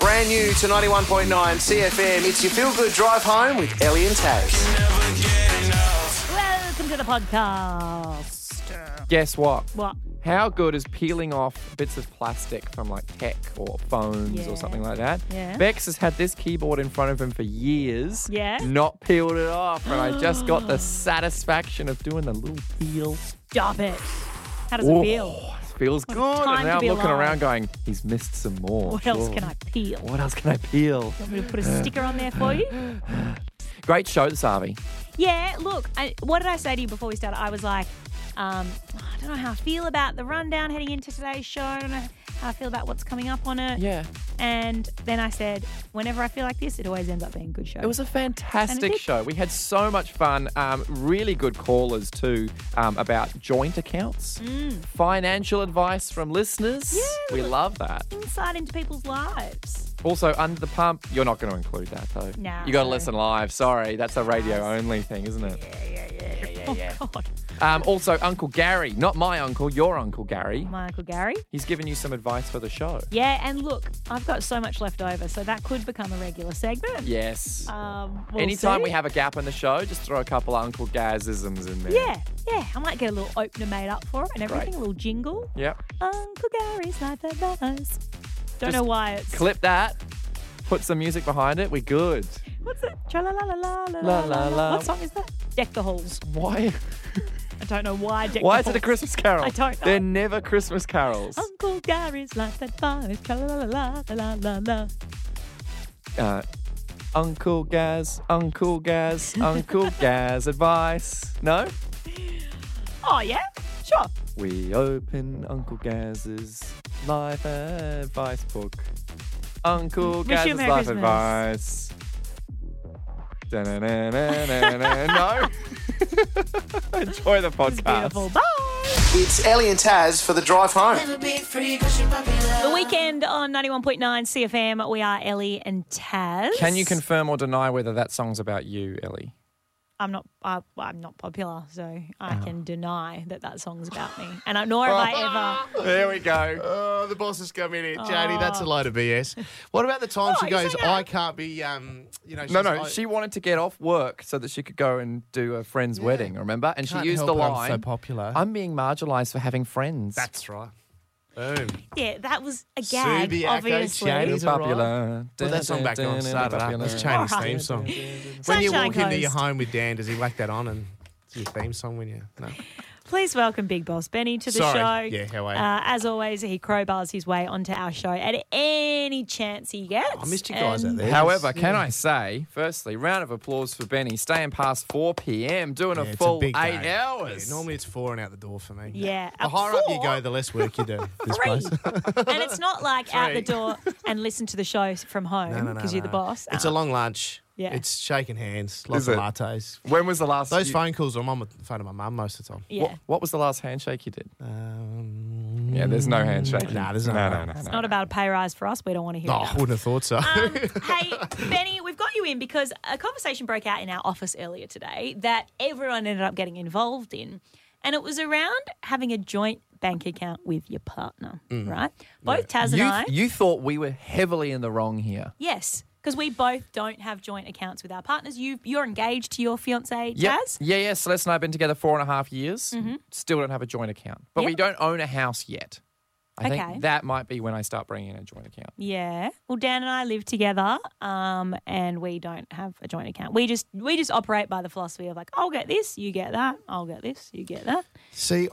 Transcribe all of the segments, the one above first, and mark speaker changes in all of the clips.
Speaker 1: Brand new to 91.9 CFM. It's your feel good drive home with Ellie and Taz.
Speaker 2: Welcome to the podcast.
Speaker 3: Guess what?
Speaker 2: What?
Speaker 3: How good is peeling off bits of plastic from like tech or phones
Speaker 2: Yeah.
Speaker 3: or something like that?
Speaker 2: Yeah.
Speaker 3: Bex has had this keyboard in front of him for years.
Speaker 2: Yeah.
Speaker 3: Not peeled it off. And I just got the satisfaction of doing the little peel.
Speaker 2: Stop it. How does it feel?
Speaker 3: Oh, it feels good.
Speaker 2: time
Speaker 3: And
Speaker 2: to
Speaker 3: now I'm
Speaker 2: be
Speaker 3: looking
Speaker 2: alive.
Speaker 3: around going, he's missed some more.
Speaker 2: What else
Speaker 3: surely.
Speaker 2: can I peel?
Speaker 3: What else can I peel?
Speaker 2: I'm going to put a sticker on there for you.
Speaker 3: Great show this Harvey.
Speaker 2: Yeah, look, I, what did I say to you before we started? I was like, um, I don't know how I feel about the rundown heading into today's show. I don't know how I feel about what's coming up on it.
Speaker 3: Yeah.
Speaker 2: And then I said, whenever I feel like this, it always ends up being a good show.
Speaker 3: It was a
Speaker 2: And it
Speaker 3: fantastic
Speaker 2: did.
Speaker 3: show. We had so much fun. Um, really good callers too um, about joint accounts, financial advice from listeners.
Speaker 2: Mm. Yeah.
Speaker 3: We love that.
Speaker 2: insight into people's lives.
Speaker 3: Also, under the pump, you're not going to include that though.
Speaker 2: No.
Speaker 3: You got to listen live. Sorry, that's a radio only thing, isn't it?
Speaker 2: Oh, God.
Speaker 3: Um, also, Uncle Gary, not my uncle, your uncle Gary.
Speaker 2: My Uncle Gary.
Speaker 3: He's given you some advice for the show.
Speaker 2: Yeah, and look, I've got so much left over, so that could become a regular segment.
Speaker 3: Yes.
Speaker 2: Um, we'll
Speaker 3: Anytime
Speaker 2: see.
Speaker 3: we have a gap in the show, just throw a couple Uncle Gazisms in there.
Speaker 2: Yeah, yeah. I might get a little opener made up for it and everything, a little jingle.
Speaker 3: Yep.
Speaker 2: Uncle Gary's life advice. Don't
Speaker 3: Just
Speaker 2: know why it's.
Speaker 3: Clip that. Put some music behind it. We're good.
Speaker 2: What's it? Tra la la la la la
Speaker 3: La
Speaker 2: la
Speaker 3: la
Speaker 2: la.
Speaker 3: la.
Speaker 2: What song is that? Deck the Halls.
Speaker 3: Why?
Speaker 2: I don't know why Deck
Speaker 3: Why
Speaker 2: the
Speaker 3: is it a
Speaker 2: Halls.
Speaker 3: Christmas carol?
Speaker 2: I don't know. Um,
Speaker 3: They're never Christmas carols.
Speaker 2: Uncle Gary's life advice. Tra la la la la la la la.
Speaker 3: Uh, Uncle Gaz, Uncle Gaz, Uncle Gaz advice. No?
Speaker 2: Oh, yeah? Sure.
Speaker 3: We open Uncle Gaz's life advice book. Uncle
Speaker 2: Wish you
Speaker 3: Gaz's
Speaker 2: Merry
Speaker 3: life
Speaker 2: Christmas.
Speaker 3: advice. Da-na-na-na-na-na. no? Enjoy the
Speaker 2: It's
Speaker 3: podcast.
Speaker 2: beautiful. Bye.
Speaker 1: It's Ellie and Taz for the drive home.
Speaker 2: The weekend on 91.9 CFM. We are Ellie and Taz.
Speaker 3: Can you confirm or deny whether that song's about you, Ellie?
Speaker 2: I'm not. I, I'm not popular, so
Speaker 4: Ah.
Speaker 2: I can deny that that song's about me. And I nor have I ever.
Speaker 3: There we go.
Speaker 4: Oh, the boss has come in here. Janie, that's a load of BS. What about the time
Speaker 2: Oh,
Speaker 4: she
Speaker 2: you
Speaker 4: goes,
Speaker 2: say that.
Speaker 4: I can't be, um, you know, she's,
Speaker 3: No, no,
Speaker 4: I-
Speaker 3: she wanted to get off work so that she could go and do her friend's wedding, remember? And she
Speaker 4: Can't
Speaker 3: used
Speaker 4: help
Speaker 3: the
Speaker 4: it, I'm so
Speaker 3: line
Speaker 4: popular.
Speaker 3: I'm being marginalized for having friends.
Speaker 4: That's right. Boom.
Speaker 2: Yeah, that was a gag,
Speaker 4: Subiaco
Speaker 2: obviously.
Speaker 4: Chinese. He's alright.
Speaker 3: popular.
Speaker 4: Put that song back on. Start it up. That's Chinese
Speaker 2: Alright.
Speaker 4: theme song. When you
Speaker 2: Sunshine
Speaker 4: walk into
Speaker 2: Coast.
Speaker 4: your home with Dan, does he whack that on and it's your theme song when you. No.
Speaker 2: Please welcome Big Boss Benny to the
Speaker 4: Sorry.
Speaker 2: show.
Speaker 4: Yeah, how are you?
Speaker 2: Uh, as always, he crowbars his way onto our show at any chance he gets.
Speaker 4: Oh, I missed you guys out
Speaker 2: And
Speaker 4: there.
Speaker 3: However, can I say, firstly, round of applause for Benny staying past 4 p.m., doing
Speaker 4: Yeah,
Speaker 3: a
Speaker 4: it's
Speaker 3: full
Speaker 4: big
Speaker 3: eight
Speaker 4: day.
Speaker 3: hours.
Speaker 4: Yeah, normally it's four and out the door for me.
Speaker 2: Yeah,
Speaker 4: The
Speaker 2: at
Speaker 4: higher up you
Speaker 2: four?
Speaker 4: go, the less work you do. This
Speaker 2: Three.
Speaker 4: place.
Speaker 2: and it's not like out the door and listen to the show from home
Speaker 4: No, no,
Speaker 2: because
Speaker 4: no,
Speaker 2: you're the
Speaker 4: no.
Speaker 2: boss. Uh, Ah.
Speaker 4: It's a long lunch.
Speaker 2: Yeah.
Speaker 4: It's shaking hands, lots
Speaker 3: Is
Speaker 4: of
Speaker 3: it?
Speaker 4: lattes.
Speaker 3: when was the last
Speaker 4: Those
Speaker 3: you-
Speaker 4: phone calls, I'm on the phone of my mum most of the time.
Speaker 2: yeah.
Speaker 3: what, what was the last handshake you did?
Speaker 4: Um,
Speaker 3: Yeah, there's no handshake.
Speaker 4: Mm. Nah, there's no-
Speaker 3: no, no, no, no.
Speaker 2: It's not about a pay rise for us. We don't want to hear
Speaker 4: Oh, I
Speaker 2: that.
Speaker 4: wouldn't have thought so.
Speaker 2: Um, hey, Benny, we've got you in because a conversation broke out in our office earlier today that everyone ended up getting involved in. And it was around having a joint bank account with your partner, right? Both Taz and
Speaker 3: You,
Speaker 2: I.
Speaker 3: you thought we were heavily in the wrong here.
Speaker 2: yes, because we both don't have joint accounts with our partners. You, you're engaged to your fiance,
Speaker 3: Yeah,
Speaker 2: Taz. Mm-hmm.
Speaker 3: Yeah, yeah. Celeste and I have been together four and a half years. Still don't have a joint account. But we
Speaker 2: Yep.
Speaker 3: don't own a house yet. I
Speaker 2: Okay.
Speaker 3: think that might be when I start bringing in a joint account.
Speaker 2: Yeah. Well, Dan and I live together, um, and we don't have a joint account. We just we just operate by the philosophy of like, I'll get this, you get that, I'll get this, you get that.
Speaker 4: See,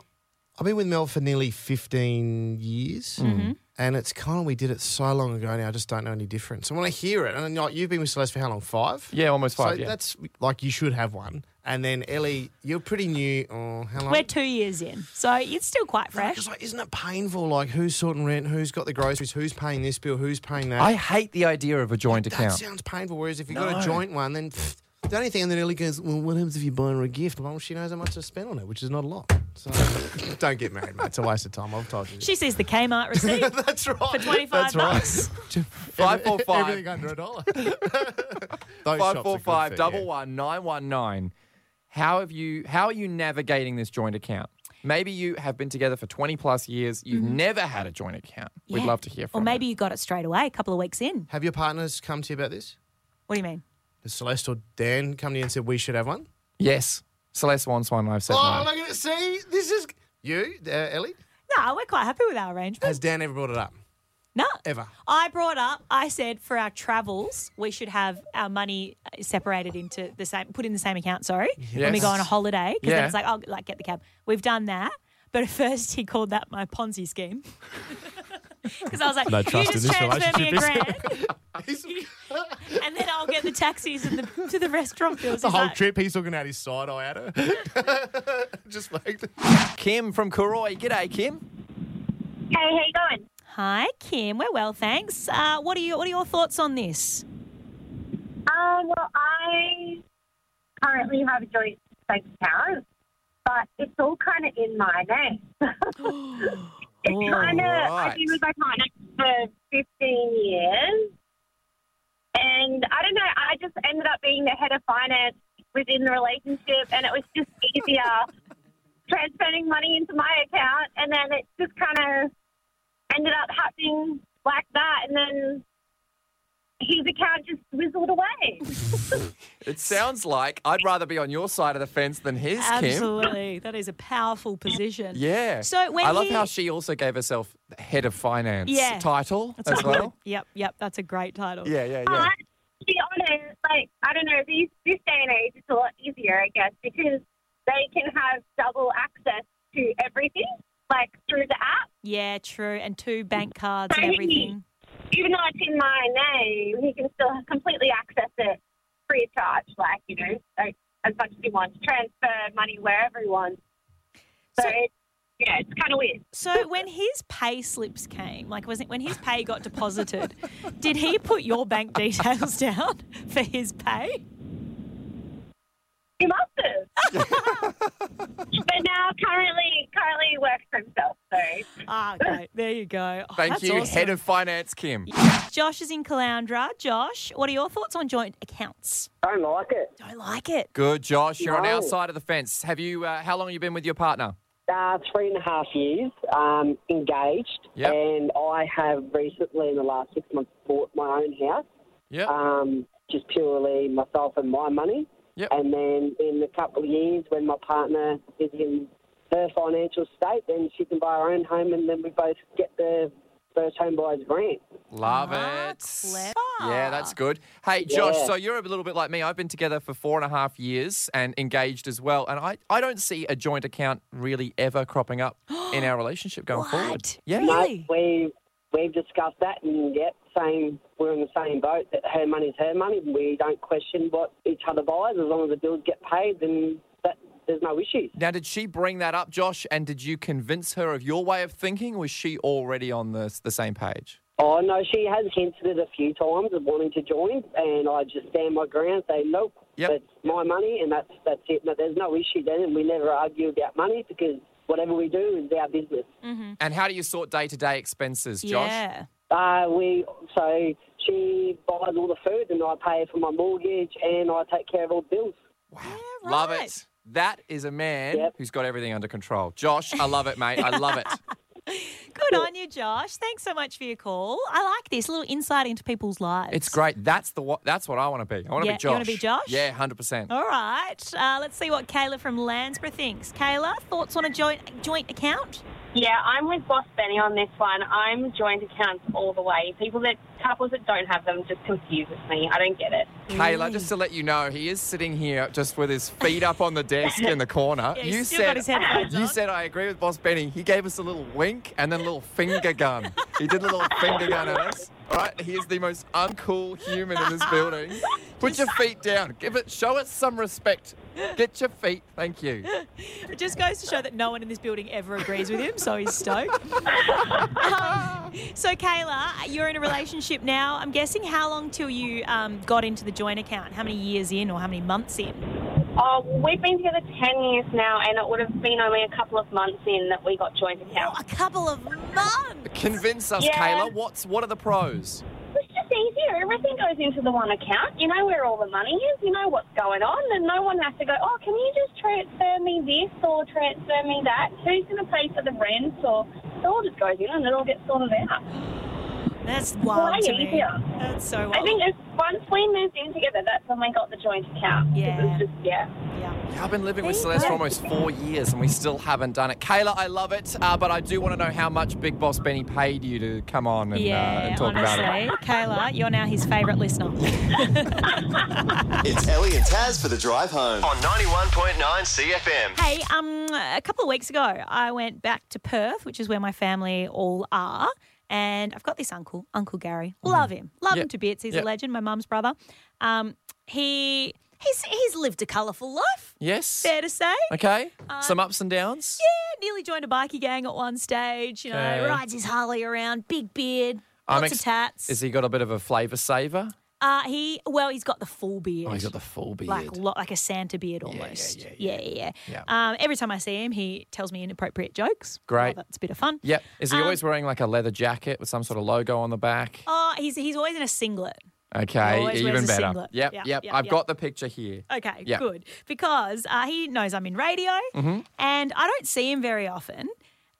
Speaker 4: I've been with Mel for nearly 15 years.
Speaker 3: Hmm.
Speaker 2: Mm-hmm.
Speaker 4: And it's kind of, we did it so long ago now, I just don't know any different. So when I hear it, and like, you've been with Celeste for how long? Five?
Speaker 3: Yeah, almost five.
Speaker 4: So
Speaker 3: yeah.
Speaker 4: that's like, you should have one. And then Ellie, you're pretty new. Oh, how long?
Speaker 2: We're two years in, so it's still quite fresh.
Speaker 4: Because, like, isn't it painful? Like, who's sorting rent? Who's got the groceries? Who's paying this bill? Who's paying that?
Speaker 3: I hate the idea of a joint
Speaker 4: that
Speaker 3: account.
Speaker 4: sounds painful. Whereas if you've got a joint one, then pfft, the only thing that Ellie goes, well, what happens if you buy her a gift? Well, she knows how much to spend on it, which is not a lot. So don't get married, mate. It's a waste of time. I've told you.
Speaker 2: She sees the Kmart receipt for
Speaker 4: That's right. For
Speaker 2: 25 bucks.
Speaker 3: Five four
Speaker 4: Everything
Speaker 3: five
Speaker 4: under a dollar. Those shops
Speaker 3: five
Speaker 4: are
Speaker 3: four
Speaker 4: good
Speaker 3: five
Speaker 4: for-
Speaker 3: double
Speaker 4: yeah.
Speaker 3: one nine one nine. How have you? How are you navigating this joint account? Maybe you have been together for 20 plus years. You've never had a joint account. We'd
Speaker 2: Mm-hmm. Yeah.
Speaker 3: love to hear from
Speaker 2: Or
Speaker 3: you.
Speaker 2: maybe you got it straight away, a couple of weeks in.
Speaker 4: Have your partners come to you about this?
Speaker 2: What do you mean?
Speaker 4: Has Celeste or Dan come to you and said we should have one?
Speaker 3: Yes. Celeste Wanswan, I've said
Speaker 4: Oh,
Speaker 3: no.
Speaker 4: look at it. See, this is you, uh, Ellie.
Speaker 2: No, we're quite happy with our arrangement.
Speaker 4: Has Dan ever brought it up?
Speaker 2: No.
Speaker 4: Ever?
Speaker 2: I brought up, I said for our travels, we should have our money uh, separated into the same, put in the same account, sorry, when we
Speaker 3: Yes.
Speaker 2: go on a holiday. Because
Speaker 3: Yeah.
Speaker 2: then it's like, oh, like, get the cab. We've done that. But at first, he called that my Ponzi scheme. Because I was like,
Speaker 5: No
Speaker 2: you
Speaker 5: trust in
Speaker 2: just
Speaker 5: this
Speaker 2: transfer me a
Speaker 5: relationship,
Speaker 2: grand, and then I'll get the taxis and the, to the restaurant bills.
Speaker 4: The
Speaker 2: He's
Speaker 4: whole
Speaker 2: like,
Speaker 4: trip, he's looking at his side eye at her. Just like
Speaker 3: Kim from Kuroi. G'day, Kim.
Speaker 6: Hey, how you going?
Speaker 2: Hi, Kim. We're well, thanks. Uh, what are you? What are your thoughts on this?
Speaker 6: Uh, well, I currently have a joint bank account, but it's all kind of in my name. it's
Speaker 3: All
Speaker 6: kind of,
Speaker 3: right.
Speaker 6: I've been with my partner for 15 years. And I don't know, I just ended up being the head of finance within the relationship, and it was just easier transferring money into my account. And then it just kind of ended up happening like that. And then his account just fizzled away.
Speaker 3: It sounds like I'd rather be on your side of the fence than his, Kim.
Speaker 2: Absolutely, that is a powerful position.
Speaker 3: Yeah.
Speaker 2: So when
Speaker 3: I love
Speaker 2: he-
Speaker 3: how she also gave herself head of finance
Speaker 2: Yeah.
Speaker 3: title
Speaker 2: That's
Speaker 3: as
Speaker 2: a
Speaker 3: well.
Speaker 2: good- Yep, yep. That's a great title.
Speaker 3: Yeah, yeah, yeah.
Speaker 6: But to be honest, like I don't know, these this day and age it's a lot easier, I guess, because they can have double access to everything, like through the app.
Speaker 2: Yeah, true. And two bank cards
Speaker 6: Hey.
Speaker 2: and everything.
Speaker 6: Even though it's in my name, he can still completely access it free of charge, like you know, like, as much as he wants, transfer money wherever he wants. So,
Speaker 2: So-
Speaker 6: it's, yeah, it's kind of weird.
Speaker 2: So when his pay slips came, like was it when his pay got deposited, did he put your bank details down for his pay?
Speaker 6: He must have. but now currently, currently he works for himself, so.
Speaker 2: Ah, okay. There you go. Oh,
Speaker 3: Thank
Speaker 2: that's
Speaker 3: you,
Speaker 2: awesome.
Speaker 3: head of finance, Kim.
Speaker 2: Josh is in Caloundra. Josh, what are your thoughts on joint accounts?
Speaker 7: Don't like it.
Speaker 2: Don't like it.
Speaker 3: Good, Josh. You're on our
Speaker 7: No.
Speaker 3: side of the fence. Have you? Uh, how long have you been with your partner?
Speaker 7: Uh, three and a half years um, engaged,
Speaker 3: Yep.
Speaker 7: and I have recently, in the last six months, bought my own house,
Speaker 3: Yep.
Speaker 7: um, just purely myself and my money.
Speaker 3: Yep.
Speaker 7: And then in a couple of years, when my partner is in her financial state, then she can buy her own home, and then we both get the first home buyer's grant.
Speaker 3: Love
Speaker 2: Ah,
Speaker 3: it.
Speaker 2: clever.
Speaker 3: Yeah, that's good. Hey, Josh,
Speaker 7: Yeah.
Speaker 3: so you're a little bit like me. I've been together for four and a half years and engaged as well. And I, I don't see a joint account really ever cropping up in our relationship going forward.
Speaker 2: What?
Speaker 3: Yeah.
Speaker 2: Really?
Speaker 7: We we've discussed that, and yep, same. We're in the same boat. That her money's her money. We don't question what each other buys as long as the bills get paid. Then that there's no issues.
Speaker 3: Now, did she bring that up, Josh? And did you convince her of your way of thinking? Was she already on the, the same page?
Speaker 7: Oh no, she has hinted it a few times of wanting to join, and I just stand my ground. Say nope,
Speaker 3: Yep.
Speaker 7: that's my money, and that's that's it. No, there's no issue then, and we never argue about money because whatever we do is our business.
Speaker 3: And how do you sort day to day expenses, Josh?
Speaker 2: Mm. Yeah.
Speaker 7: Uh, we so she buys all the food, and I pay for my mortgage, and I take care of all the bills.
Speaker 2: Yeah,
Speaker 3: Love
Speaker 2: right.
Speaker 3: it. That is a man
Speaker 7: Yep.
Speaker 3: who's got everything under control. Josh, I love it, mate. I love it.
Speaker 2: Good on you, Josh. Thanks so much for your call. I like this a little insight into people's lives.
Speaker 3: It's great. That's the what. That's what I want to be. I want to
Speaker 2: Yeah,
Speaker 3: be Josh.
Speaker 2: you wanna be Josh?
Speaker 3: Yeah, hundred percent.
Speaker 2: All right. Uh, let's see what Kayla from Landsborough thinks. Kayla, thoughts on a joint joint account?
Speaker 6: Yeah, I'm with Boss Benny on this one. I'm joint accounts all the way. People that couples that don't have them just confuses me. I don't get it.
Speaker 3: Kayla,
Speaker 2: Mm.
Speaker 3: just to let you know, he is sitting here just with his feet up on the desk in the corner.
Speaker 2: Yeah, he's
Speaker 3: you
Speaker 2: still
Speaker 3: said
Speaker 2: got his headphones
Speaker 3: you
Speaker 2: on.
Speaker 3: said I agree with Boss Benny. He gave us a little wink and then a little finger gun. he did a little finger gun at us. All right, he is the most uncool human in this building. Put your feet down. Give it. Show us some respect. Get your feet. Thank you.
Speaker 2: It just goes to show that no one in this building ever agrees with him, so he's stoked. Um, so, Kayla, you're in a relationship now. I'm guessing how long till you um, got into the joint account? How many years in or how many months in?
Speaker 6: Oh, we've been together ten years now, and it would have been only a couple of months in that we got joint
Speaker 2: Oh,
Speaker 6: accounts.
Speaker 2: a couple of months.
Speaker 3: Convince us,
Speaker 6: Yeah.
Speaker 3: Kayla. What's what are the pros?
Speaker 6: It's just easier. It everything goes into the one account. You know where all the money is. You know what's going on, and no one has to go. Oh, can you just transfer me this or transfer me that? Who's going to pay for the rent? Or it all just goes in, and it all gets sorted out.
Speaker 2: That's wild
Speaker 6: Way
Speaker 2: to me.
Speaker 6: easier.
Speaker 2: That's so wild.
Speaker 6: I think it's once we moved in together, that's when we got the joint account. 'Cause
Speaker 2: Yeah.
Speaker 6: It's just, yeah.
Speaker 2: yeah.
Speaker 3: Yeah, I've been living with
Speaker 2: There you
Speaker 3: Celeste for
Speaker 2: go.
Speaker 3: almost four years and we still haven't done it. Kayla, I love it, uh, but I do want to know how much Big Boss Benny paid you to come on and, uh,
Speaker 2: Yeah,
Speaker 3: and talk
Speaker 2: honestly,
Speaker 3: about it.
Speaker 2: Kayla, you're now his favourite listener.
Speaker 1: It's Ellie and Taz for the drive home on 91.9 CFM.
Speaker 2: Hey, um, a couple of weeks ago, I went back to Perth, which is where my family all are. And I've got this uncle, Uncle Gary. Love him. Love
Speaker 3: Yeah.
Speaker 2: him to bits. He's
Speaker 3: Yeah.
Speaker 2: a legend, my mum's brother. Um, he he's he's lived a colourful life,
Speaker 3: Yes?
Speaker 2: fair Uh, to say.
Speaker 3: Okay. Some ups and downs?
Speaker 2: Yeah, nearly joined a bikie gang at one stage, you know,
Speaker 3: Okay.
Speaker 2: rides his Harley around, big beard,
Speaker 3: I'm
Speaker 2: lots
Speaker 3: ex-
Speaker 2: of tats.
Speaker 3: Has he got a bit of a flavour saver?
Speaker 2: uh, he well, he's got the full beard.
Speaker 3: Oh, he's got the full beard.
Speaker 2: like lo- like a Santa beard almost.
Speaker 3: yeah,
Speaker 2: yeah, yeah. Um, every time I see him, he tells me inappropriate jokes. Oh,
Speaker 3: Great.
Speaker 2: That's a bit of fun.
Speaker 3: Yep. Is he always wearing like a leather jacket with some sort of logo on the back?
Speaker 2: Um, Oh, he's he's always in a singlet.
Speaker 3: Okay,
Speaker 2: always
Speaker 3: even
Speaker 2: wears a
Speaker 3: better.
Speaker 2: singlet.
Speaker 3: Yep,
Speaker 2: Yeah,
Speaker 3: yep,
Speaker 2: yeah,
Speaker 3: I've
Speaker 2: yeah.
Speaker 3: got the picture here.
Speaker 2: Okay,
Speaker 3: Yeah. Mm-hmm.
Speaker 2: good because uh, he knows I'm in radio, and I don't see him very often.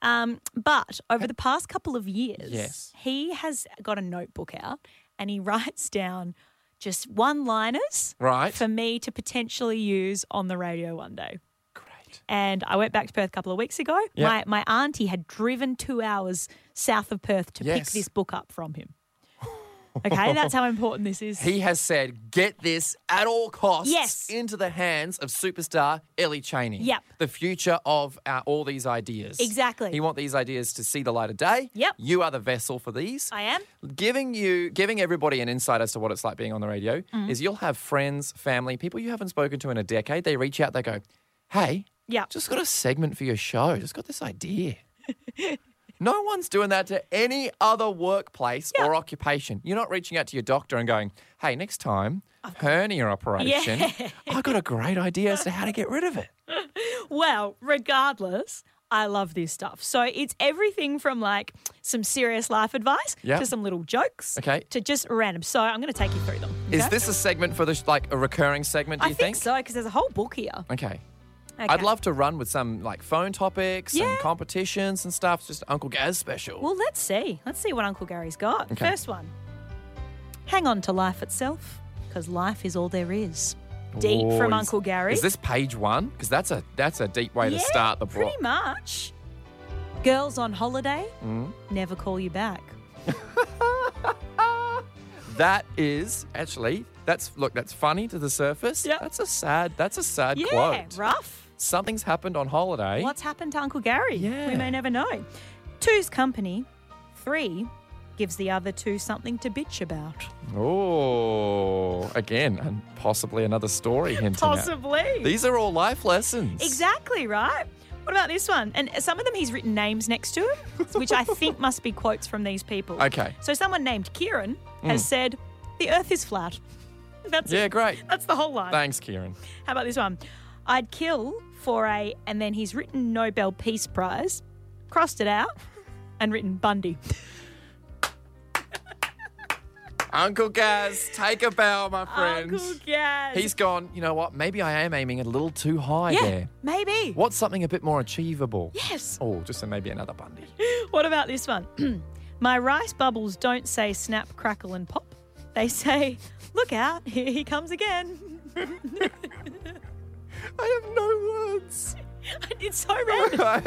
Speaker 2: Um, but over the past couple of years,
Speaker 3: Yes.
Speaker 2: he has got a notebook out and he writes down just one liners
Speaker 3: Right.
Speaker 2: for me to potentially use on the radio one day.
Speaker 3: Great.
Speaker 2: and I went back to Perth a couple of weeks ago.
Speaker 3: Yeah.
Speaker 2: My my auntie had driven two hours south of Perth to
Speaker 3: Yes.
Speaker 2: pick this book up from him. Okay, that's how important this is.
Speaker 3: He has said, get this at all costs
Speaker 2: Yes.
Speaker 3: into the hands of superstar Ellie Cheney.
Speaker 2: Yep.
Speaker 3: The future of our, all these ideas.
Speaker 2: Exactly.
Speaker 3: He want these ideas to see the light of day.
Speaker 2: Yep.
Speaker 3: You are the vessel for these.
Speaker 2: I am.
Speaker 3: Giving you, giving everybody an insight as to what it's like being on the radio
Speaker 2: Mm.
Speaker 3: is you'll have friends, family, people you haven't spoken to in a decade. They reach out, they go, hey,
Speaker 2: Yeah.
Speaker 3: just got a segment for your show. Just got this idea. no one's doing that to any other workplace or occupation. You're not reaching out to your doctor and going, hey, next time, hernia operation. I got a great idea as to how to get rid of it.
Speaker 2: Well, regardless, I love this stuff. So it's everything from like some serious life advice
Speaker 3: Yeah.
Speaker 2: to some little jokes
Speaker 3: Okay.
Speaker 2: to just random. So I'm going to take you through them.
Speaker 3: Is
Speaker 2: okay?
Speaker 3: this a segment for the sh- like a recurring segment? Do
Speaker 2: I
Speaker 3: you
Speaker 2: think, so because there's a whole book here.
Speaker 3: Okay.
Speaker 2: Okay.
Speaker 3: I'd love to run with some like phone topics
Speaker 2: Yeah.
Speaker 3: and competitions and stuff. It's just Uncle Gaz special.
Speaker 2: Well, let's see. Let's see what Uncle Gary's got.
Speaker 3: Okay.
Speaker 2: First one. Hang on to life itself, because life is all there is. Deep
Speaker 3: Ooh,
Speaker 2: from
Speaker 3: is-
Speaker 2: Uncle Gary.
Speaker 3: Is this page one? Because that's a that's a deep way
Speaker 2: yeah,
Speaker 3: to start the book.
Speaker 2: Pretty much. Girls on holiday
Speaker 3: Mm.
Speaker 2: never call you back.
Speaker 3: That is actually that's look that's funny to the surface.
Speaker 2: Yep.
Speaker 3: That's a sad that's a sad
Speaker 2: Yeah,
Speaker 3: quote.
Speaker 2: rough.
Speaker 3: Something's happened on holiday.
Speaker 2: What's happened to Uncle Gary?
Speaker 3: Yeah.
Speaker 2: We may never know. Two's company. Three gives the other two something to bitch about.
Speaker 3: Oh, again, and possibly another story hinting
Speaker 2: Possibly.
Speaker 3: at. These are all life lessons.
Speaker 2: Exactly, right? What about this one? And some of them he's written names next to him, which I think must be quotes from these people.
Speaker 3: Okay. Mm.
Speaker 2: So someone named Kieran has said, The earth is flat. That's
Speaker 3: Yeah,
Speaker 2: it.
Speaker 3: great.
Speaker 2: That's the whole line.
Speaker 3: Thanks, Kieran.
Speaker 2: How about this one? I'd kill for a, and then he's written Nobel Peace Prize, crossed it out, and written Bundy.
Speaker 3: Uncle Gaz, take a bow, my friend.
Speaker 2: Uncle Gaz.
Speaker 3: He's gone. You know what? Maybe I am aiming a little too high
Speaker 2: yeah,
Speaker 3: there.
Speaker 2: maybe.
Speaker 3: What's something a bit more achievable?
Speaker 2: Yes.
Speaker 3: Oh, just maybe another Bundy.
Speaker 2: What about this one? My rice bubbles don't say snap, crackle, and pop. They say, look out, here he comes again.
Speaker 3: I have no words.
Speaker 2: it's so random.
Speaker 3: I-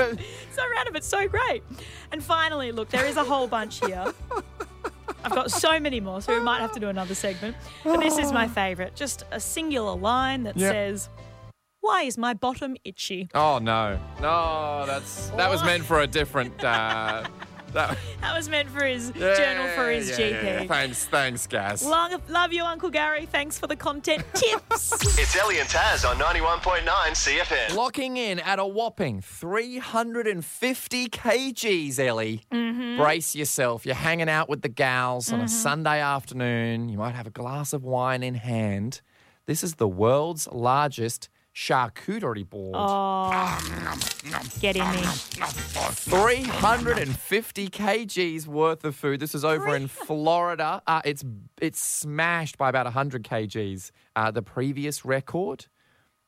Speaker 2: so random, but so great. And finally, look, there is a whole bunch here. I've got so many more, so we might have to do another segment. But this is my favourite. Just a singular line that
Speaker 3: Yep.
Speaker 2: says, why is my bottom itchy?
Speaker 3: Oh no, no, that's that was meant for a different. Uh, that,
Speaker 2: That was meant for his
Speaker 3: Yeah,
Speaker 2: journal for his
Speaker 3: yeah,
Speaker 2: GP.
Speaker 3: yeah, yeah. Thanks, thanks, Gas.
Speaker 2: Long, love you, Uncle Gary. Thanks for the content tips.
Speaker 1: It's Ellie and Taz on 91.9 CFM.
Speaker 3: Locking in at a whopping 350 kgs, Ellie. Brace yourself. You're hanging out with the gals on a Sunday afternoon. You might have a glass of wine in hand. This is the world's largest charcuterie board.
Speaker 2: Oh, Get in there.
Speaker 3: 350 kgs worth of food. This is over in Florida. Uh, it's it's smashed by about 100 kgs. Uh, the previous record.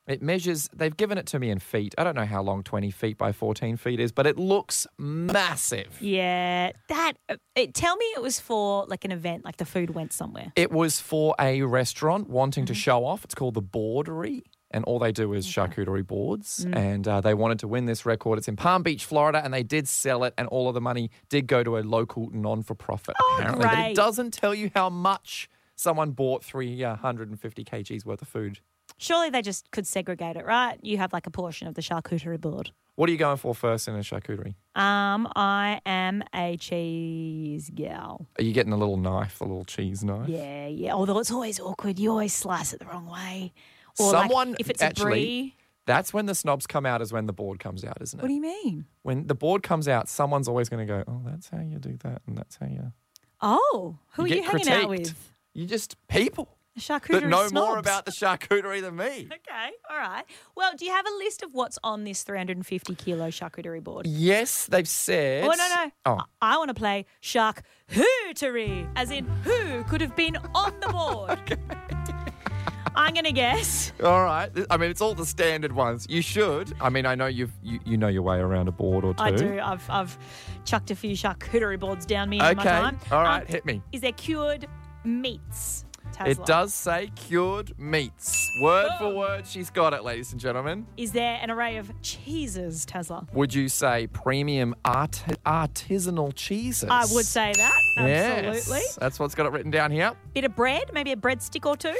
Speaker 3: It measures. They've given it to me in feet. I don't know how long 20 feet by 14 feet is, but it looks massive.
Speaker 2: Yeah, that. uh, It, tell me it was for like an event, like the food went somewhere.
Speaker 3: It was for a restaurant wanting
Speaker 2: Mm-hmm.
Speaker 3: to show off. It's called the Bordery, and all they do is charcuterie boards.
Speaker 2: Mm.
Speaker 3: And uh, they wanted to win this record. It's in Palm Beach, Florida, and they did sell it, and all of the money did go to a local non for profit, apparently. But
Speaker 2: great.
Speaker 3: it doesn't tell you how much someone bought 350 kgs worth of food.
Speaker 2: Surely they just could segregate it, right? You have like a portion of the charcuterie board.
Speaker 3: What are you going for first in a charcuterie?
Speaker 2: Um, I am a cheese gal.
Speaker 3: Are you getting a little knife, a little cheese knife?
Speaker 2: Yeah, yeah. Although it's always awkward. You always slice it the wrong way. Or
Speaker 3: Someone-
Speaker 2: like if it's
Speaker 3: actually-
Speaker 2: a brie.
Speaker 3: That's when the snobs come out, is when the board comes out, isn't it?
Speaker 2: What do you mean?
Speaker 3: when the board comes out, someone's always going to go, oh, that's how you do that, and that's how you.
Speaker 2: Oh, who
Speaker 3: you
Speaker 2: are
Speaker 3: get
Speaker 2: you hanging
Speaker 3: critiqued.
Speaker 2: out with?
Speaker 3: You just people
Speaker 2: The charcuterie
Speaker 3: that know more
Speaker 2: snobs.
Speaker 3: about the charcuterie than me.
Speaker 2: Okay, all right. Well, do you have a list of what's on this 350 kilo charcuterie board?
Speaker 3: Yes, they've said.
Speaker 2: Oh, no, no.
Speaker 3: Oh,
Speaker 2: I want to play Shark Hootery, as in who could have been on the board. I'm going to guess.
Speaker 3: all right. I mean, it's all the standard ones. You should. I mean, I know you've you, you know your way around a board or two.
Speaker 2: I do. I've, I've chucked a few charcuterie boards down me in my
Speaker 3: Okay.
Speaker 2: time.
Speaker 3: All
Speaker 2: Um,
Speaker 3: right. hit me.
Speaker 2: Is there cured meats?
Speaker 3: It
Speaker 2: Tasla?
Speaker 3: does say cured meats. Word for
Speaker 2: Boom.
Speaker 3: word, she's got it, ladies and gentlemen.
Speaker 2: Is there an array of cheeses, Tesla?
Speaker 3: Would you say premium art- artisanal cheeses?
Speaker 2: I would say that. Absolutely.
Speaker 3: Yes, that's what's got it written down here.
Speaker 2: Bit of bread, maybe a breadstick or two,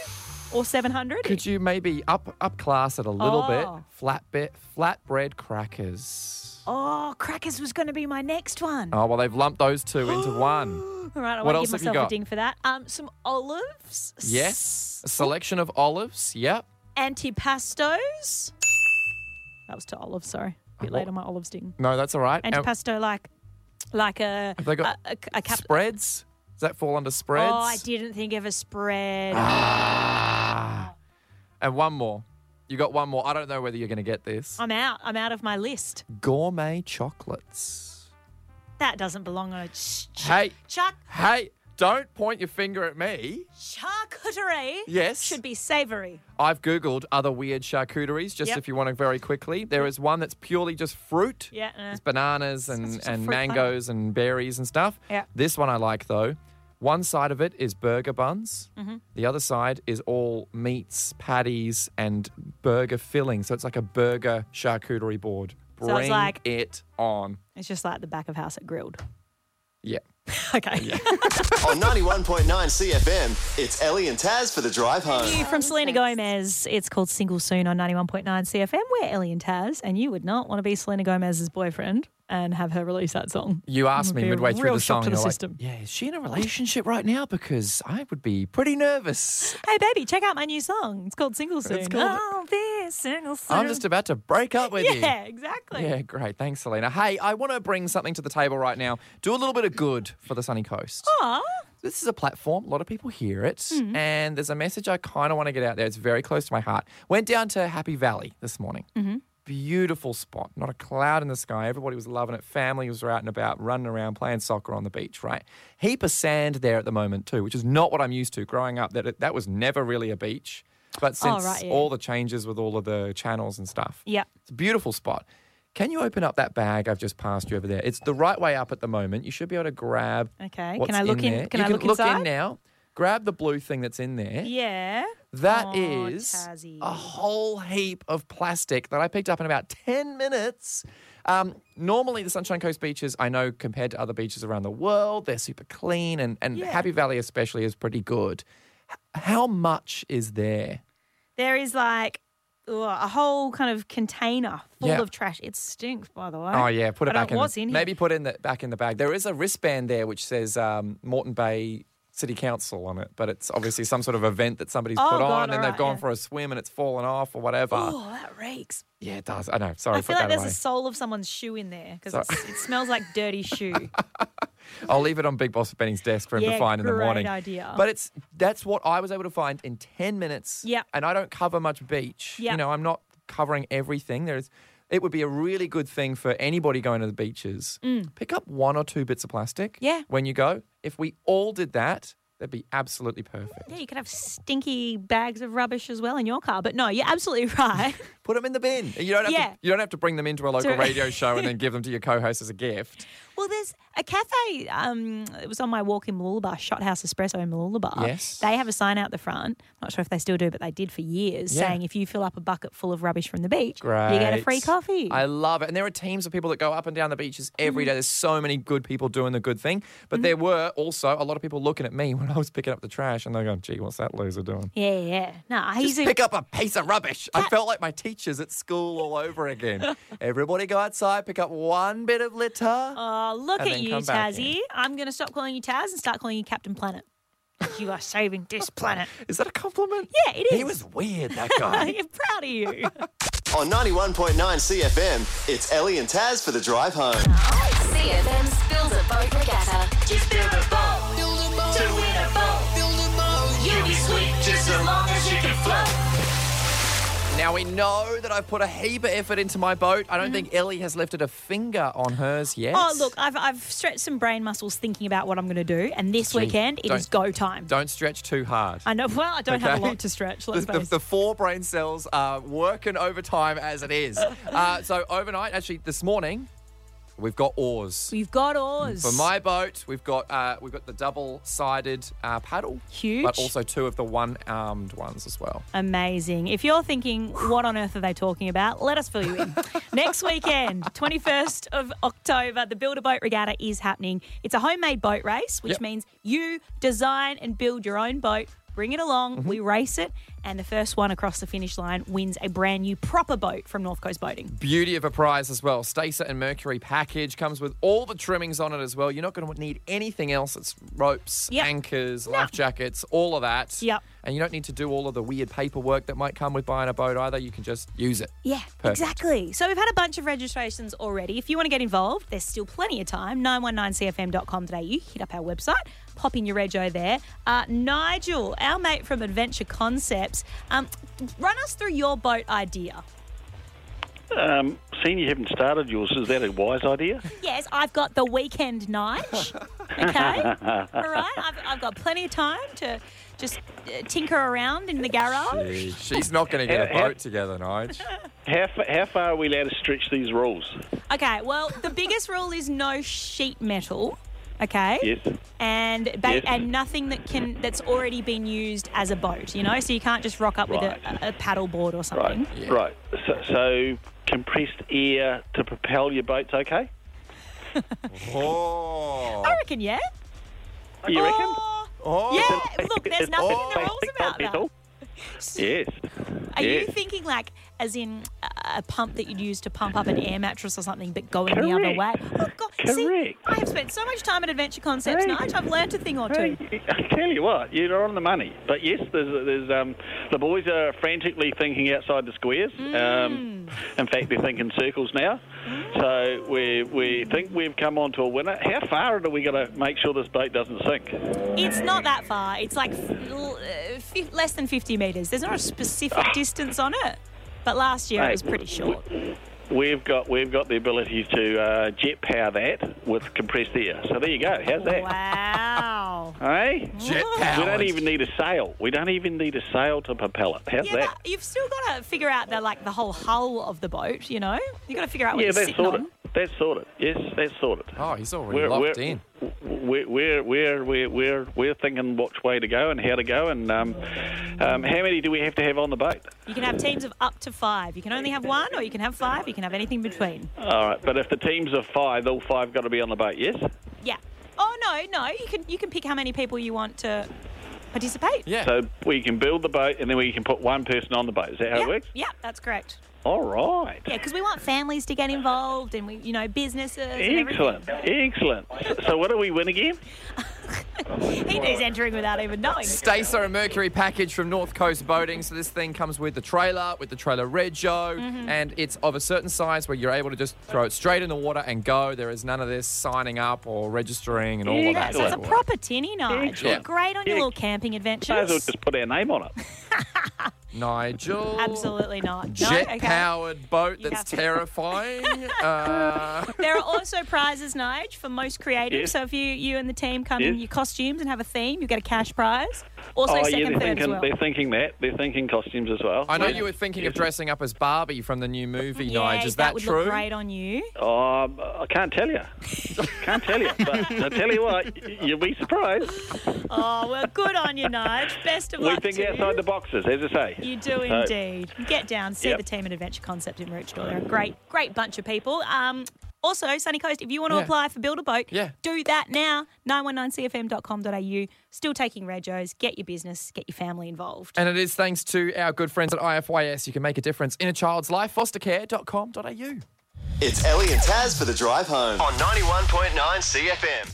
Speaker 2: or 700.
Speaker 3: Could you maybe up up class it a little
Speaker 2: Oh.
Speaker 3: bit? Flatbread flatbread crackers.
Speaker 2: Oh, crackers was going to be my next one.
Speaker 3: Oh well, they've lumped those two into one.
Speaker 2: All right, I
Speaker 3: What
Speaker 2: want
Speaker 3: else
Speaker 2: to
Speaker 3: have
Speaker 2: give
Speaker 3: you
Speaker 2: myself
Speaker 3: got?
Speaker 2: a ding for that. Um, some olives.
Speaker 3: Yes, a selection of olives. Yep.
Speaker 2: Antipastos. That was to olives, sorry. A bit
Speaker 3: what-
Speaker 2: late on my olives ding.
Speaker 3: No, that's all right. And
Speaker 2: Antipasto, like, like a
Speaker 3: Have they got
Speaker 2: a, a, a cap.
Speaker 3: spreads? Does that fall under spreads?
Speaker 2: Oh, I didn't think of a spread.
Speaker 3: Ah. And one more. You got one more. I don't know whether you're going to get this.
Speaker 2: I'm out. I'm out of my list.
Speaker 3: Gourmet chocolates.
Speaker 2: That doesn't belong on a ch- ch-
Speaker 3: Hey,
Speaker 2: chuck
Speaker 3: hey! Don't point your finger at me.
Speaker 2: charcuterie.
Speaker 3: Yes.
Speaker 2: should be savoury.
Speaker 3: I've Googled other weird charcuteries, just
Speaker 2: Yep.
Speaker 3: if you want to very quickly. There is one that's purely just fruit.
Speaker 2: Yeah, no.
Speaker 3: It's bananas
Speaker 2: Sounds
Speaker 3: and,
Speaker 2: just a
Speaker 3: and
Speaker 2: fruit platter.
Speaker 3: mangoes and berries and stuff.
Speaker 2: Yeah.
Speaker 3: This one I like though. One side of it is burger buns.
Speaker 2: Mm-hmm.
Speaker 3: The other side is all meats, patties, and burger filling. So it's like a burger charcuterie board.
Speaker 2: So it's
Speaker 3: Bring
Speaker 2: like-
Speaker 3: it on.
Speaker 2: It's just like the back of house at grilled.
Speaker 3: Yeah.
Speaker 2: Okay.
Speaker 1: On 91.9 CFM, it's Ellie and Taz for the drive home.
Speaker 2: You
Speaker 3: Oh.
Speaker 2: From Selena Gomez, it's called Single Soon on 91.9 CFM. We're Ellie and Taz, and you would not want to be Selena Gomez's boyfriend and have her release that song.
Speaker 3: You asked me
Speaker 2: be a
Speaker 3: midway through
Speaker 2: real
Speaker 3: the song.
Speaker 2: shock to the
Speaker 3: you're like,
Speaker 2: system.
Speaker 3: yeah, is she in a relationship right now? Because I would be pretty nervous.
Speaker 2: Hey, baby, check out my new song. It's called Single Soon.
Speaker 3: called-
Speaker 2: I'll be single soon.
Speaker 3: I'm just about to break up with you.
Speaker 2: yeah, exactly.
Speaker 3: Yeah, great. Thanks, Selena. Hey, I want to bring something to the table right now. Do a little bit of good for the sunny coast.
Speaker 2: Aw.
Speaker 3: This is a platform. A lot of people hear it.
Speaker 2: Mm-hmm.
Speaker 3: And there's a message I kind of want to get out there. It's very close to my heart. Went down to Happy Valley this morning.
Speaker 2: Mm-hmm.
Speaker 3: Beautiful spot. Not a cloud in the sky. Everybody was loving it. Family was out and about, running around, playing soccer on the beach, right? Heap of sand there at the moment, too, which is not what I'm used to growing up. That, that was never really a beach. But
Speaker 2: Oh,
Speaker 3: since
Speaker 2: right, yeah.
Speaker 3: all the changes with all of the channels and stuff,
Speaker 2: Yep.
Speaker 3: it's a beautiful spot. Can you open up that bag I've just passed you over there? It's the right way up at the moment. You should be able to grab.
Speaker 2: Okay,
Speaker 3: what's
Speaker 2: can I look in-
Speaker 3: there.
Speaker 2: can
Speaker 3: you
Speaker 2: I
Speaker 3: can
Speaker 2: look
Speaker 3: in
Speaker 2: inside?
Speaker 3: now. Grab the blue thing that's in there.
Speaker 2: Yeah.
Speaker 3: That
Speaker 2: Aw,
Speaker 3: is Ah.
Speaker 2: Tazzy.
Speaker 3: a whole heap of plastic that I picked up in about 10 minutes. Um, normally, the Sunshine Coast beaches, I know, compared to other beaches around the world, they're super clean, and, and
Speaker 2: Yeah.
Speaker 3: Happy Valley, especially, is pretty good. H- how much is there?
Speaker 2: There is like ugh, a whole kind of container full
Speaker 3: Yeah.
Speaker 2: of trash. It stinks, by the way.
Speaker 3: Oh yeah, put it
Speaker 2: I don't
Speaker 3: back in.
Speaker 2: know what's in here.
Speaker 3: maybe put in the back in the bag. There is a wristband there which says um, Moreton Bay City Council on it, but it's obviously some sort of event that somebody's
Speaker 2: Oh,
Speaker 3: put
Speaker 2: God,
Speaker 3: on, and they've
Speaker 2: alright,
Speaker 3: gone
Speaker 2: yeah.
Speaker 3: for a swim and it's fallen off or whatever.
Speaker 2: Oh, that reeks.
Speaker 3: Yeah, it does. I know. Sorry,
Speaker 2: I feel
Speaker 3: put
Speaker 2: like
Speaker 3: that
Speaker 2: there's a
Speaker 3: away.
Speaker 2: sole of someone's shoe in there because
Speaker 3: Sorry.
Speaker 2: it smells like dirty shoe.
Speaker 3: I'll leave it on Big Boss Benny's desk for him to
Speaker 2: Yeah,
Speaker 3: find in the
Speaker 2: great
Speaker 3: morning.
Speaker 2: idea.
Speaker 3: But it's that's what I was able to find in ten minutes.
Speaker 2: Yep.
Speaker 3: And I don't cover much beach. You
Speaker 2: Yep.
Speaker 3: know, I'm not covering everything. There's, it would be a really good thing for anybody going to the beaches. Pick up one or two bits of plastic.
Speaker 2: Mm. Yeah.
Speaker 3: When you go, if we all did that, that'd be absolutely perfect.
Speaker 2: Yeah, you could have stinky bags of rubbish as well in your car. But no, you're absolutely right.
Speaker 3: Put them in the bin. You don't have
Speaker 2: Yeah.
Speaker 3: to. You don't have to bring them into a local
Speaker 2: To-
Speaker 3: radio show and then give them to your co-host as a gift.
Speaker 2: Well, there's a cafe. Um, it was on my walk in Mooloolaba, Shot House Espresso in Mooloolaba.
Speaker 3: Yes.
Speaker 2: They have a sign out the front. Not sure if they still do, but they did for years,
Speaker 3: Yeah.
Speaker 2: saying if you fill up a bucket full of rubbish from the beach,
Speaker 3: Great.
Speaker 2: you get a free coffee. Mm-hmm.
Speaker 3: I love it. And there are teams of people that go up and down the beaches every day. There's so many good people doing the good thing. But there were also a lot of people looking at me when I was picking up the trash and they're going, gee, what's that loser doing?
Speaker 2: yeah, yeah. No,
Speaker 3: Just
Speaker 2: he's a,
Speaker 3: pick up a piece of rubbish. I felt like my teachers at school all over again. Everybody go outside, pick up one bit of litter.
Speaker 2: Oh, look
Speaker 3: and
Speaker 2: at
Speaker 3: then
Speaker 2: you,
Speaker 3: come back in.
Speaker 2: Tazzy. I'm going to stop calling you Taz and start calling you Captain Planet. you are saving this planet.
Speaker 3: Is that a compliment?
Speaker 2: Yeah, it
Speaker 3: He
Speaker 2: is.
Speaker 3: was weird, that guy.
Speaker 2: I'm proud of you.
Speaker 1: On 91.9 CFM, it's Ellie and Taz for the drive home.
Speaker 5: CFM spills a boat regatta.
Speaker 8: Just build a boat. To win a boat. You'll be sweet just as long as you can float.
Speaker 3: Now we know that I've put a heap of effort into my boat. I don't think Ellie has lifted a finger on hers yet.
Speaker 2: Mm-hmm. oh, look, I've, I've stretched some brain muscles thinking about what I'm going to do. And this weekend, it
Speaker 3: don't-
Speaker 2: is go time.
Speaker 3: Don't stretch too hard.
Speaker 2: I know. Well, I don't have a
Speaker 3: Okay.
Speaker 2: lot to stretch.
Speaker 3: the,
Speaker 2: Let's
Speaker 3: the,
Speaker 2: face
Speaker 3: the four brain cells are working overtime as it is. Uh, so overnight, actually, this morning, we've got oars.
Speaker 2: it. We've got oars.
Speaker 3: For my boat, we've got uh, we've got the double-sided uh, paddle,
Speaker 2: Huge.
Speaker 3: but also two of the one-armed ones as well.
Speaker 2: Amazing. If you're thinking, what on earth are they talking about? Let us fill you in. Next weekend, 21st of October, the Build a Boat Regatta is happening. It's a homemade boat race, which
Speaker 3: Yep.
Speaker 2: means you design and build your own boat, bring it along,
Speaker 3: Mm-hmm.
Speaker 2: we race it, and the first one across the finish line wins a brand new proper boat from North Coast Boating.
Speaker 3: Beauty of a prize as well. Stacer and Mercury package comes with all the trimmings on it as well. You're not going to need anything else. It's ropes,
Speaker 2: Yep.
Speaker 3: anchors, life jackets, all of that.
Speaker 2: Yep.
Speaker 3: And you don't need to do all of the weird paperwork that might come with buying a boat either. You can just use it.
Speaker 2: Yeah,
Speaker 3: Perfect.
Speaker 2: exactly. So we've had a bunch of registrations already. If you want to get involved, there's still plenty of time. 919cfm.com.au. Hit up our website, pop in your rego there. Uh, Nigel, our mate from Adventure Concepts, um, run us through your boat idea.
Speaker 9: Um, seeing you haven't started yours, is that a wise idea?
Speaker 2: Yes, I've got the weekend night. Okay, all right. I've, I've got plenty of time to just uh, tinker around in the garage.
Speaker 3: Gee, She's not going to get a
Speaker 9: How- how-
Speaker 3: boat together, Nige.
Speaker 9: How, fa- how far are we allowed to stretch these rules?
Speaker 2: Okay, well, the biggest rule is no sheet metal. Okay.
Speaker 9: Yes.
Speaker 2: and ba-
Speaker 9: Yes.
Speaker 2: and nothing that can that's already been used as a boat. You know, so you can't just rock up with
Speaker 9: Right.
Speaker 2: a, a paddle board or something.
Speaker 9: Right, right. So, so compressed air to propel your boat's okay?
Speaker 3: Oh.
Speaker 2: I reckon, yeah.
Speaker 9: You reckon? Oh,
Speaker 2: Or-
Speaker 3: Oh.
Speaker 2: yeah. Look, there's
Speaker 9: It's
Speaker 2: nothing in
Speaker 9: all
Speaker 2: the rules
Speaker 9: plastic,
Speaker 2: about that.
Speaker 9: not metal. Yes.
Speaker 2: Are you
Speaker 9: yes.
Speaker 2: thinking like, as in a- a pump that you'd use to pump up an air mattress or something, but going the other way?
Speaker 9: Correct.
Speaker 2: Oh God! See,
Speaker 9: Correct.
Speaker 2: I have spent so much time at Adventure Concepts,
Speaker 9: Hey.
Speaker 2: Nige. I've learnt a thing or two.
Speaker 9: Hey, I tell you what, you're on the money. But yes, there's, there's um, the boys are frantically thinking outside the squares. Um, in fact, they're thinking circles now. So we we think we've come onto a winner. How far are we going to make sure this boat doesn't sink?
Speaker 2: It's not that far. It's like f- l- uh, fi- less than 50 metres. There's not a specific
Speaker 9: Ah.
Speaker 2: distance on it. But last year it
Speaker 9: Hey,
Speaker 2: was pretty short.
Speaker 9: We've got we've got the ability to uh, jet power that with compressed air. So there you go. How's that?
Speaker 2: Wow.
Speaker 9: Hey,
Speaker 3: Jet
Speaker 9: we
Speaker 3: powered.
Speaker 9: don't even need a sail. We don't even need a sail to propel it. How's
Speaker 2: Yeah,
Speaker 9: that?
Speaker 2: but you've still got to figure out the like the whole hull of the boat. You know, you got to figure out what
Speaker 9: yeah,
Speaker 2: you're
Speaker 9: that's
Speaker 2: sitting
Speaker 9: sorted.
Speaker 2: on.
Speaker 9: That's sorted. Yes, that's sorted.
Speaker 3: Oh, he's already locked in.
Speaker 9: We're, we're, we're, we're, we're, we're thinking which way to go and how to go and um, um, how many do we have to have on the boat?
Speaker 2: You can have teams of up to five. You can only have one, or you can have five. You can have anything between.
Speaker 9: All right, but if the teams are five, all five got to be on the boat, yes?
Speaker 2: Yeah. Oh no, no. You can you can pick how many people you want to participate.
Speaker 3: Yeah.
Speaker 9: So we can build the boat and then we can put one person on the boat. Is that how
Speaker 2: Yeah,
Speaker 9: it works?
Speaker 2: yeah, that's correct.
Speaker 9: All right.
Speaker 2: Yeah, because we want families to get involved, and we, you know, businesses. and everything.
Speaker 9: Excellent, excellent. So what do we win again?
Speaker 2: He is entering without even knowing.
Speaker 3: Stacer and Mercury package from North Coast Boating. So this thing comes with the trailer, with the trailer rego,
Speaker 2: Mm-hmm.
Speaker 3: and it's of a certain size where you're able to just throw it straight in the water and go. There is none of this signing up or registering and all of
Speaker 2: Yeah,
Speaker 3: that.
Speaker 2: so it's a
Speaker 3: sort of work.
Speaker 2: proper tinny night.
Speaker 9: Excellent.
Speaker 2: Great on your
Speaker 9: Yeah.
Speaker 2: little camping
Speaker 9: Might as well
Speaker 2: adventures.
Speaker 9: just put our name on it.
Speaker 3: Nigel.
Speaker 2: Absolutely not.
Speaker 3: Jet
Speaker 2: no? Okay.
Speaker 3: powered boat
Speaker 2: You
Speaker 3: that's
Speaker 2: have to-
Speaker 3: terrifying. uh,
Speaker 2: There are also prizes, Nige, for most creative.
Speaker 9: Yes.
Speaker 2: So if you you and the team come in
Speaker 9: Yes.
Speaker 2: your costumes and have a theme, you get a cash prize. Also,
Speaker 9: oh,
Speaker 2: second,
Speaker 9: yeah, they're
Speaker 2: third
Speaker 9: thinking,
Speaker 2: as well.
Speaker 9: they're thinking that. They're thinking costumes as well.
Speaker 3: I know
Speaker 9: Yeah.
Speaker 3: you were thinking of
Speaker 9: Yes.
Speaker 3: dressing up as Barbie from the new movie,
Speaker 2: yeah,
Speaker 3: Nige. Is
Speaker 2: that
Speaker 3: that,
Speaker 2: would
Speaker 3: true?
Speaker 2: look great on you.
Speaker 9: Um, I can't tell you. Can't tell you. But I tell you what, y- you'll be surprised.
Speaker 2: Oh well, good on you, Nige. Best of
Speaker 9: We
Speaker 2: luck.
Speaker 9: think
Speaker 2: to you.
Speaker 9: outside the boxes, as I say.
Speaker 2: You do
Speaker 9: So-
Speaker 2: indeed. Get down, see
Speaker 9: Yep.
Speaker 2: the team at Adventure Concept in Roochdale. They're a great, great bunch of people. Um, also, Sunny Coast, if you want to
Speaker 3: Yeah.
Speaker 2: apply for Build a Boat,
Speaker 3: Yeah.
Speaker 2: do that now. 919cfm.com.au. Still taking regos. Get your business, get your family involved.
Speaker 3: And it is thanks to our good friends at IFYS. You can make a difference in a child's life. Fostercare.com.au.
Speaker 8: It's Ellie and Taz for the drive home.
Speaker 1: On 91.9 CFM.